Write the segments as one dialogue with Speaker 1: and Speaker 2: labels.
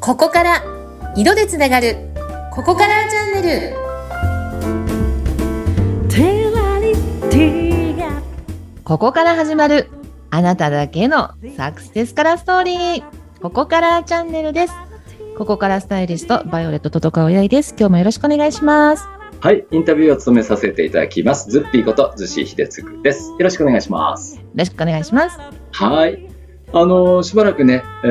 Speaker 1: ここから色でつながるここからチャンネル
Speaker 2: テラリティが
Speaker 3: ここから始まるあなただけのサクセスカラーストーリーここからチャンネルですここからスタイリストバイオレットととかおやいです今日もよろしくお願いします
Speaker 4: はい、インタビューを務めさせていただきます。ズッピーこと、逗子秀嗣です。よろしくお願いします。
Speaker 3: よろしくお願いします
Speaker 4: はい。あのーしばらくね、え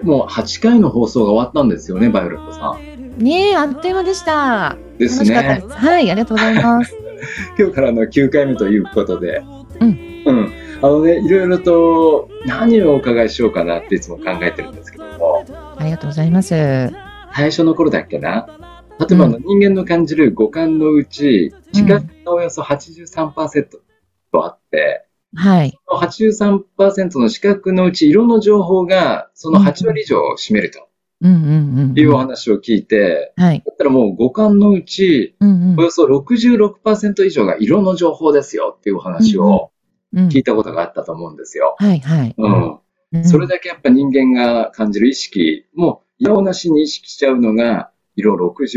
Speaker 4: ーもう8回の放送が終わったんですよね、バイオレットさん。
Speaker 3: ねえあっという間でした
Speaker 4: です
Speaker 3: 楽しかったで
Speaker 4: ね。
Speaker 3: すはいありがとうございます
Speaker 4: 今日からの9回目ということで。。
Speaker 3: うん
Speaker 4: うん。あのね、いろいろと何をお伺いしようかなっていつも考えてるんですけども、
Speaker 3: ありがとうございますう
Speaker 4: 最初の頃だっけな。例えばあの人間の感じる五感のうち、視
Speaker 3: ん
Speaker 4: 覚がおよそ83%とあって、
Speaker 3: はい
Speaker 4: 83%の視覚のうち色の情報がその8割以上を占めると
Speaker 3: うんうんうん
Speaker 4: いうお話を聞いて、
Speaker 3: はい
Speaker 4: だったらもう五感のうち
Speaker 3: うんうん
Speaker 4: およそ66%以上が色の情報ですよっていうお話を
Speaker 3: うん
Speaker 4: 聞いたことがあったと思うんですよ。
Speaker 3: はいはい
Speaker 4: うん。
Speaker 3: うん
Speaker 4: それだけやっぱ人間が感じる意識も色なしに意識しちゃうのが色
Speaker 3: う
Speaker 4: 66%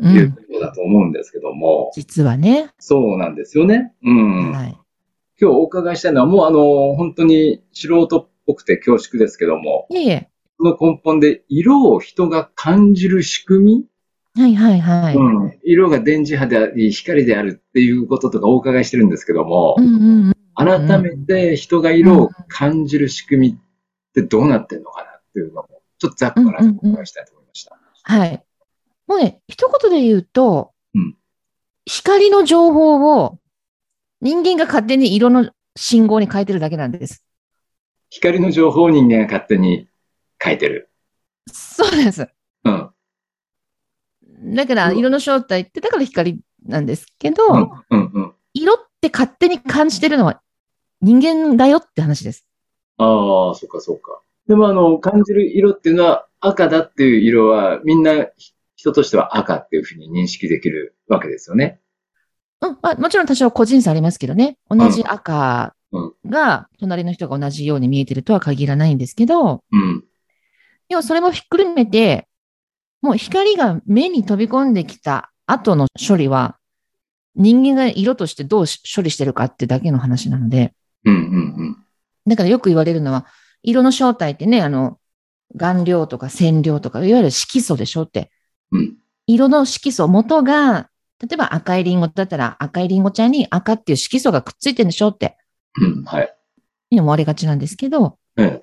Speaker 4: というんことだと思うんですけども、
Speaker 3: 実はね
Speaker 4: そうなんですよね。うん。
Speaker 3: はい
Speaker 4: 今日お伺いしたいのは、もうあの、本当に素人っぽくて恐縮ですけども、
Speaker 3: いえいえ
Speaker 4: その根本で色を人が感じる仕組
Speaker 3: はいはいは
Speaker 4: み、
Speaker 3: い
Speaker 4: うん、色が電磁波であり、光であるっていうこととかお伺いしてるんですけども、
Speaker 3: うんうんうん
Speaker 4: 改めて人が色を感じる仕組みってどうなってんのかなっていうのも、ちょっとざっくばらんにお伺いしたいと思いました。
Speaker 3: はい。もうね、一言で言うと、
Speaker 4: うん
Speaker 3: 光の情報を人間が勝手に色の信号に変えてるだけなんです。
Speaker 4: 光の情報を人間が勝手に変えてる。
Speaker 3: そうです。
Speaker 4: うん。
Speaker 3: だから、
Speaker 4: うん
Speaker 3: 色の正体って、だから光なんですけど、
Speaker 4: うん。うん。うん。
Speaker 3: 色って勝手に感じてるのは人間だよって話です。
Speaker 4: ああ、そっかそっか。でもあの、感じる色っていうのは赤だっていう色はみんなひ人としては赤っていうふうに認識できるわけですよね。
Speaker 3: うんまあ、もちろん多少個人差ありますけどね、同じ赤が隣の人が同じように見えてるとは限らないんですけど、
Speaker 4: うん。
Speaker 3: 要はそれもひっくるめて、もう光が目に飛び込んできた後の処理は、人間が色としてどうし処理してるかってだけの話なので、
Speaker 4: うんうん
Speaker 3: だからよく言われるのは、色の正体ってね、あの、顔料とか染料とか、いわゆる色素でしょって。
Speaker 4: うん。うん。
Speaker 3: 色の色素、元が、例えば赤いリンゴだったら赤いリンゴちゃんに赤っていう色素がくっついてるでしょって
Speaker 4: うん。はい。
Speaker 3: 思われがちなんですけど、
Speaker 4: ええ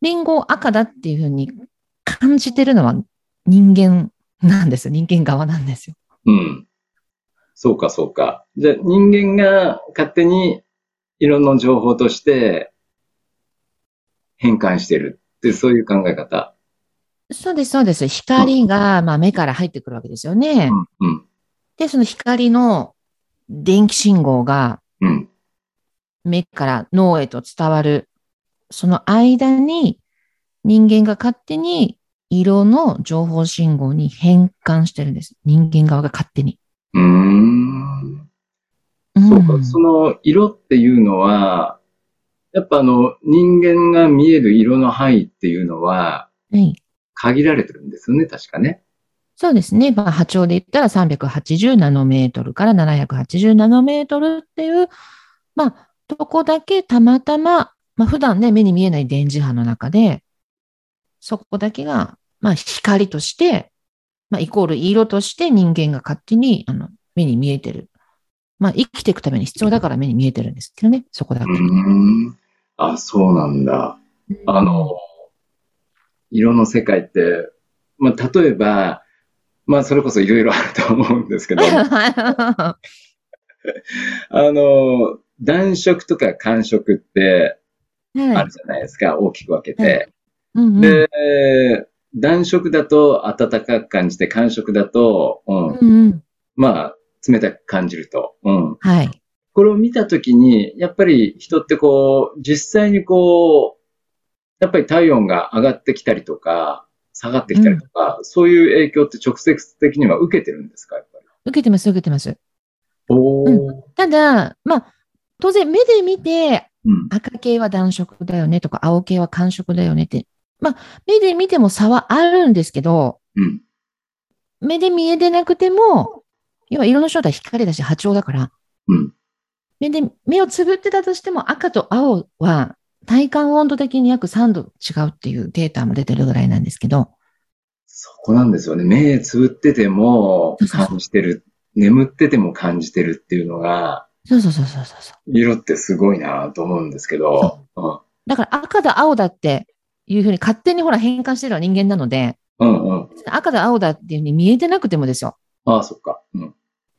Speaker 3: リンゴを赤だっていうふうに感じてるのは人間なんですよ。人間側なんですよ。
Speaker 4: うん。そうかそうか。じゃあ人間が勝手に色の情報として変換してるってそういう考え方。
Speaker 3: そうです、そうです。光が、まあ、目から入ってくるわけですよね
Speaker 4: う。ん。うん。
Speaker 3: で、その光の電気信号が
Speaker 4: うん。
Speaker 3: 目から脳へと伝わる、その間に人間が勝手に色の情報信号に変換してるんです。人間側が勝手に。
Speaker 4: うーん。
Speaker 3: うん
Speaker 4: そうか、その色っていうのは、やっぱあの人間が見える色の範囲っていうのは
Speaker 3: はい。
Speaker 4: 限られてるんですよね、確かね。
Speaker 3: そうですね。まあ、波長で言ったら380ナノメートルから780ナノメートルっていう、まあ、とこだけたまたま、まあ、普段ね、目に見えない電磁波の中で、そこだけが、まあ、光として、まあ、イコール色として人間が勝手に、あの、目に見えてる。まあ、生きていくために必要だから目に見えてるんですけどね、そこだ
Speaker 4: う
Speaker 3: け。
Speaker 4: ーん。あ、そうなんだ。あの、色の世界って、まあ、例えば、まあ、それこそいろいろあると思うんですけど、あ
Speaker 3: は
Speaker 4: の、暖色とか寒色って
Speaker 3: い。
Speaker 4: あるじゃないですか、大きく分け
Speaker 3: うんう
Speaker 4: て。
Speaker 3: ん
Speaker 4: で、暖色だと暖かく感じて、寒色だと、うん、
Speaker 3: うんうん
Speaker 4: まあ、冷たく感じると。うん。
Speaker 3: はい。
Speaker 4: これを見たときに、やっぱり人ってこう、実際にこう、やっぱり体温が上がってきたりとか、下がってきたりとか、そういう影響って直接的には受けてるんですかやっぱり。
Speaker 3: 受けてます、受けてます。
Speaker 4: お
Speaker 3: ー
Speaker 4: うん。
Speaker 3: ただ、まあ、当然目で見て
Speaker 4: うん。
Speaker 3: 赤系は暖色だよねとか青系は寒色だよねってまあ、目で見ても差はあるんですけど、
Speaker 4: うん。
Speaker 3: 目で見えてなくても、要は色の正体光だし波長だから、
Speaker 4: うん。
Speaker 3: 目で、目をつぶってたとしても赤と青は体感温度的に約3度違うっていうデータも出てるぐらいなんですけど、
Speaker 4: そこなんですよね。目つぶってても感じてる。眠ってても感じてるっていうのが、
Speaker 3: そうそうそうそうそうそう。
Speaker 4: 色ってすごいなと思うんですけど、うん
Speaker 3: だから赤だ青だっていうふうに勝手にほら変換してるのは人間なので、
Speaker 4: うんうん。
Speaker 3: 赤だ青だっていうふうに見えてなくてもですよ。
Speaker 4: ああ、そっか。うん。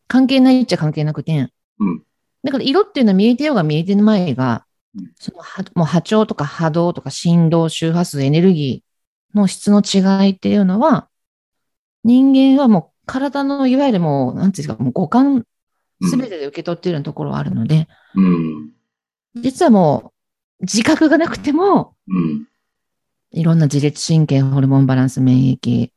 Speaker 3: 関係ないっちゃ関係なくて。
Speaker 4: うん
Speaker 3: だから色っていうのは見えてようが見えてないが
Speaker 4: うん、
Speaker 3: そのはもう波長とか波動とか振動、周波数、エネルギーの質の違いっていうのは、人間はもう体のいわゆるもう、なんていうんですか、もう五感
Speaker 4: うん
Speaker 3: すべてで受け取っているところはあるので、
Speaker 4: うん。
Speaker 3: 実はもう自覚がなくても、
Speaker 4: うん。
Speaker 3: いろんな自律神経、ホルモンバランス、免疫、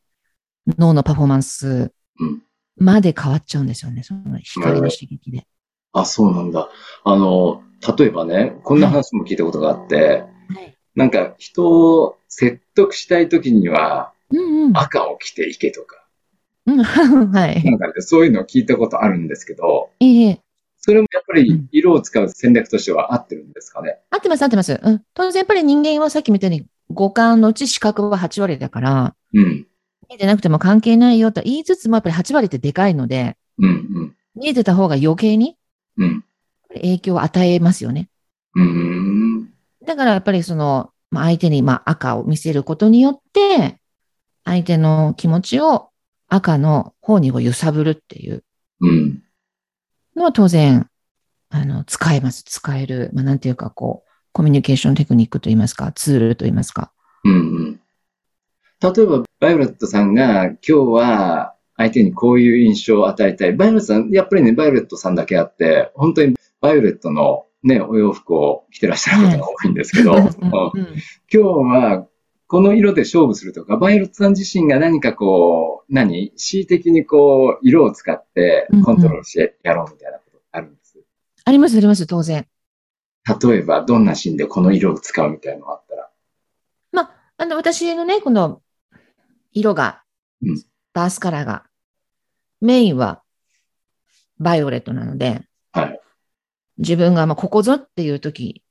Speaker 3: 脳のパフォーマンス
Speaker 4: うん
Speaker 3: まで変わっちゃうんですよね。その光の刺激で。
Speaker 4: あ、そうなんだ。あの、例えばね、こんな話も聞いたことがあって、
Speaker 3: はい。
Speaker 4: なんか人を説得したい時には
Speaker 3: うんうん。
Speaker 4: 赤を着ていけとか、
Speaker 3: うん はい。
Speaker 4: なんかねそういうのを聞いたことあるんですけど、
Speaker 3: ええ。
Speaker 4: それもやっぱり色を使う戦略としては合ってるんですかね。
Speaker 3: 合ってます、合ってます。うん。当然やっぱり人間はさっきみたいに五感のうち視覚は8割だから、
Speaker 4: うん。
Speaker 3: 見えてなくても関係ないよと言いつつもやっぱり8割ってでかいので、
Speaker 4: うん、
Speaker 3: 見えてた方が余計に
Speaker 4: うん、うん。
Speaker 3: 影響を与えますよね。
Speaker 4: うーん。
Speaker 3: だからやっぱりその、まあ、相手にまあ赤を見せることによって、相手の気持ちを赤の方にこう揺さぶるっていう
Speaker 4: うん。
Speaker 3: のは当然、あの、使えます。使える。まあ、なんていうか、こう、コミュニケーションテクニックといいますか、ツールといいますか。
Speaker 4: うん、うん。例えば、バイオレットさんが今日は相手にこういう印象を与えたい。バイオレットさん、やっぱりね、バイオレットさんだけあって、本当にバイオレットのね、お洋服を着てらっしゃる方が多いんですけど、うん 今
Speaker 3: うんうん
Speaker 4: 日はこの色で勝負するとか、バイオレットさん自身が何かこう、何恣意的にこう、色を使ってコントロールしてやろうみたいなことあるんです。
Speaker 3: あります、あります、当然。
Speaker 4: 例えば、どんなシーンでこの色を使うみたいなのがあったら。
Speaker 3: あの、私のね、この、色が
Speaker 4: うん、
Speaker 3: バースカラーが、メインは、バイオレットなので、
Speaker 4: はい
Speaker 3: 自分が、まあ、ここぞっていう時、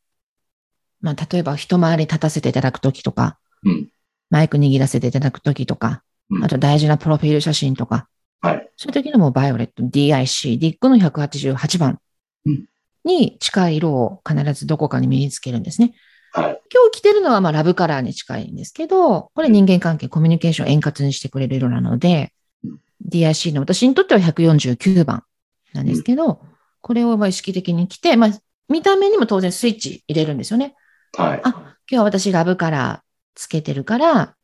Speaker 3: まあ、例えば、一回り立たせていただく時とか、
Speaker 4: うん
Speaker 3: マイク握らせていただく時とか、
Speaker 4: うん
Speaker 3: あと大事なプロフィール写真とか、
Speaker 4: はい
Speaker 3: そういう時のもうバイオレット、DIC、ディックの188番
Speaker 4: うん
Speaker 3: に近い色を必ずどこかに身につけるんですね。
Speaker 4: はい。
Speaker 3: 今日着てるのはまあラブカラーに近いんですけど、これ人間関係、コミュニケーションを円滑にしてくれる色なので
Speaker 4: うん、
Speaker 3: DIC の私にとっては149番なんですけど、これをまあ意識的に着て、まあ、見た目にも当然スイッチ入れるんですよね。
Speaker 4: はい。
Speaker 3: あ、今日は私ラブカラーつけてるから、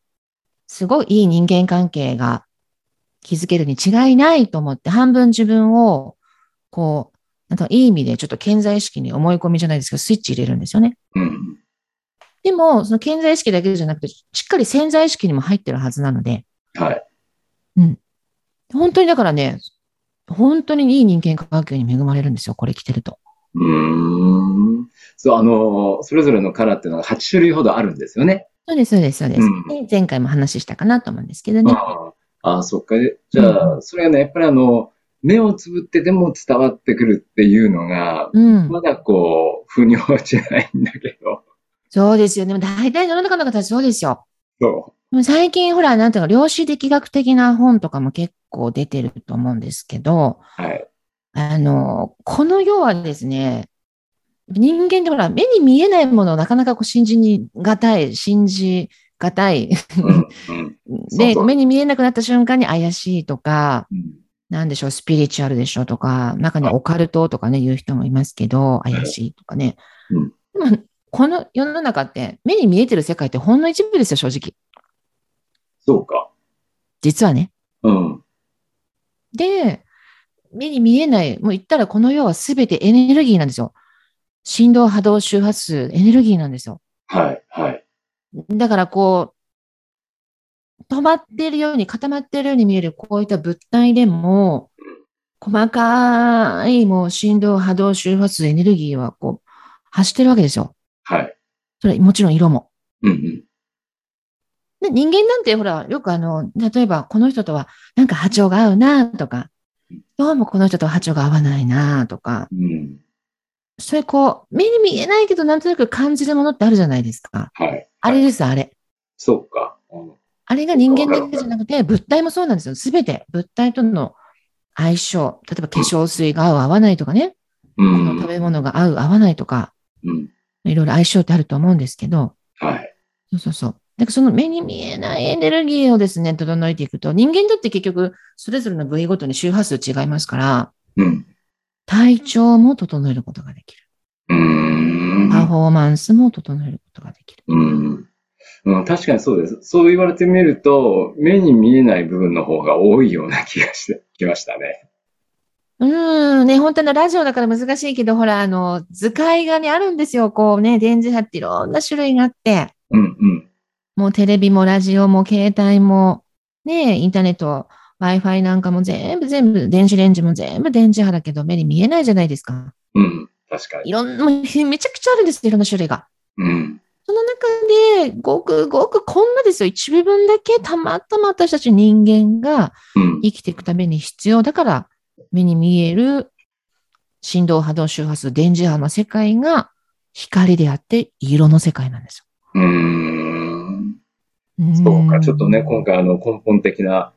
Speaker 3: すごいいい人間関係が築けるに違いないと思って、半分自分を、こう、なんかいい意味でちょっと顕在意識に思い込みじゃないですけど、スイッチ入れるんですよね。
Speaker 4: うん。
Speaker 3: でも、その潜在意識だけじゃなくて、しっかり潜在意識にも入ってるはずなので、
Speaker 4: はい。
Speaker 3: 本当にだからね、本当にいい人間関係に恵まれるんですよ、これ着てると。
Speaker 4: うーん。そう、あの、それぞれのカラーっていうのが8種類ほどあるんですよね。
Speaker 3: そうです、そうです、そうです。
Speaker 4: うん
Speaker 3: で前回も話したかなと思うんですけどね。
Speaker 4: あああ、そっか。じゃあ、それはね、やっぱりあの、目をつぶってでも伝わってくるっていうのが、
Speaker 3: うん。
Speaker 4: まだこう、腑に落ちないんだけど、
Speaker 3: そうですよ。でも大体世の中の方はそうですよ。
Speaker 4: そ
Speaker 3: でも最近、ほら、なんていうか、量子力学的な本とかも結構出てると思うんですけど
Speaker 4: う。、はい。
Speaker 3: あの、この世はですね、人間ってほら、目に見えないものをなかなかこう信じにがたい、信じがたい
Speaker 4: うん。うん。そう
Speaker 3: で、
Speaker 4: そう
Speaker 3: 目に見えなくなった瞬間に怪しいとか、
Speaker 4: うん
Speaker 3: なんでしょう、スピリチュアルでしょとか、中にはオカルトとかね、言う人もいますけど、怪しいとかね。
Speaker 4: うん
Speaker 3: でも、この世の中って、目に見えてる世界ってほんの一部ですよ、正直。
Speaker 4: そうか。
Speaker 3: 実はね。
Speaker 4: うん。
Speaker 3: で、目に見えない、もう言ったらこの世は全てエネルギーなんですよ。振動、波動、周波数、エネルギーなんですよ。
Speaker 4: はい。はい。
Speaker 3: だからこう、止まってるように、固まってるように見える、こういった物体でも、細かい、もう振動、波動、周波数、エネルギーは、こう、走ってるわけですよ。
Speaker 4: はい。
Speaker 3: それ、もちろん色も。
Speaker 4: うんうん。
Speaker 3: で人間なんてほら、よくあの、例えばこの人とはなんか波長が合うなとか、どうもこの人とは波長が合わないなとか、
Speaker 4: うん。
Speaker 3: そういうこう、目に見えないけどなんとなく感じるものってあるじゃないですか。
Speaker 4: はい。
Speaker 3: あれです、あれ。
Speaker 4: そうか。うん
Speaker 3: あれが人間だけじゃなくて、物体もそうなんですよ。すべて物体との相性。例えば化粧水が合う、合わないとかね。こ
Speaker 4: う
Speaker 3: の食
Speaker 4: ん。
Speaker 3: べ物が合う、合わないとか、
Speaker 4: うん。
Speaker 3: いろいろ相性ってあると思うんですけど、
Speaker 4: はい。
Speaker 3: そうそうそう。だからその目に見えないエネルギーをですね、整えていくと、人間だって結局、それぞれの部位ごとに周波数違いますから、
Speaker 4: うん。
Speaker 3: 体調も整えることができる。
Speaker 4: うーん。
Speaker 3: パフォーマンスも整えることができる。
Speaker 4: うん。うん、確かにそうです。そう言われてみると、目に見えない部分の方が多いような気がしてきましたね。
Speaker 3: うーん、ね、本当のラジオだから難しいけど、ほら、あの、図解がね、あるんですよ。こうね、電磁波っていろんな種類があって、
Speaker 4: うんうん。
Speaker 3: もうテレビもラジオも携帯も、ね、インターネット、Wi-Fi なんかも全部全部、電子レンジも全部電磁波だけど、目に見えないじゃないですか。
Speaker 4: うん。確かに。
Speaker 3: いろんな、もうひめちゃくちゃあるんですよ、いろんな種類が。
Speaker 4: うん。
Speaker 3: その中で、ごくごくこんなですよ。一部分だけたまたま私たち人間が
Speaker 4: うん。
Speaker 3: 生きていくために必要だから、目に見える振動波動周波数、電磁波の世界が光であって色の世界なんです
Speaker 4: うーん。
Speaker 3: よ。
Speaker 4: そうか。ちょっとね、今
Speaker 3: 今
Speaker 4: 回あの根本的な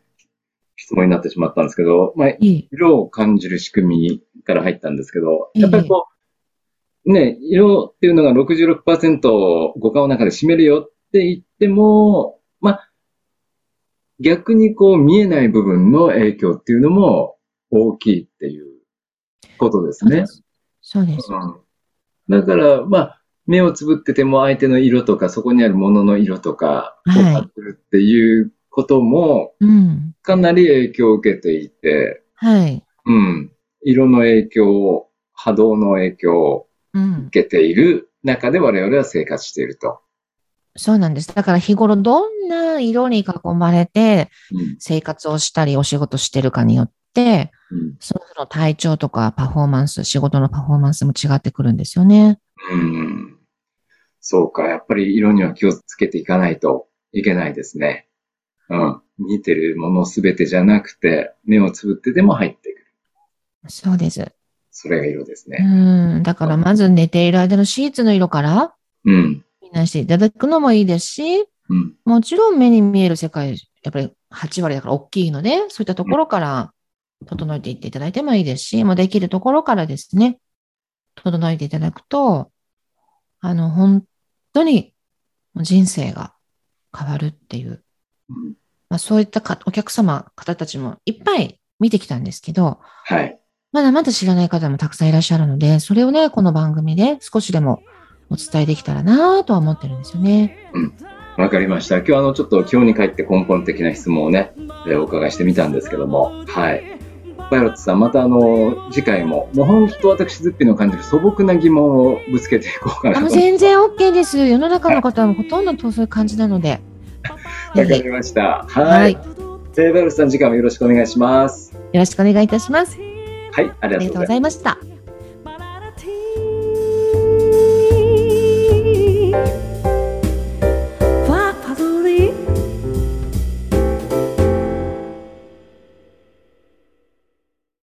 Speaker 4: 質問になってしまったんですけど、まあ、
Speaker 3: いい。
Speaker 4: 色を感じる仕組みから入ったんですけど、
Speaker 3: ええ
Speaker 4: やっぱりこう、ね、色っていうのが66%を五感の中で占めるよって言っても、まあ、逆にこう見えない部分の影響っていうのも大きいっていうことですね。
Speaker 3: そうです。
Speaker 4: うん、だから、まあ、目をつぶってても相手の色とか、そこにあるものの色とかを
Speaker 3: はい
Speaker 4: 感じるっていうことも、
Speaker 3: うん。
Speaker 4: かなり影響を受けていて、
Speaker 3: はい。
Speaker 4: うん。色の影響を、波動の影響を
Speaker 3: うん。
Speaker 4: 受けている中で我々は生活していると。
Speaker 3: そうなんです。だから日頃どんな色に囲まれて
Speaker 4: うん。
Speaker 3: 生活をしたりお仕事してるかによって、
Speaker 4: うん
Speaker 3: その人の体調とかパフォーマンス、仕事のパフォーマンスも違ってくるんですよね。
Speaker 4: うん。そうか。やっぱり色には気をつけていかないといけないですね。うん。見てるものすべてじゃなくて、目をつぶってでも入ってくる。
Speaker 3: そうです。
Speaker 4: それが色です
Speaker 3: う
Speaker 4: ね。
Speaker 3: ん。だからまず寝ている間のシーツの色から
Speaker 4: うん。
Speaker 3: 避難していただくのもいいですし、
Speaker 4: うん。
Speaker 3: もちろん目に見える世界、やっぱり8割だから大きいので、そういったところから整えていっていただいてもいいですし、もうできるところからですね、整えていただくと、あの、本当に人生が変わるっていう
Speaker 4: うん、
Speaker 3: まあ、そういったかお客様、方たちもいっぱい見てきたんですけど、
Speaker 4: はい。
Speaker 3: まだまだ知らない方もたくさんいらっしゃるので、それをね、この番組で少しでもお伝えできたらなぁとは思ってるんですよね。
Speaker 4: わかりました。今日はあの、ちょっと今日に帰って根本的な質問をね、えーお伺いしてみたんですけども、はい。パイロットさん、またあの、次回も、もう本 当私、ズッピーの感じる素朴な疑問をぶつけていこうかな
Speaker 3: あ
Speaker 4: と
Speaker 3: もう。全然 OK です。世の中の方はほとんどそういう感じなので。
Speaker 4: わか
Speaker 3: ぜひ
Speaker 4: りました。は
Speaker 3: はいい。
Speaker 4: えーパイロットさん、次回もよろしくお願いします。
Speaker 3: よろしくお願いいたします。
Speaker 4: はい、あり
Speaker 3: あ
Speaker 4: がと
Speaker 3: りが
Speaker 4: うご
Speaker 3: とう
Speaker 4: ざいま
Speaker 3: ご
Speaker 4: す
Speaker 3: ざいました。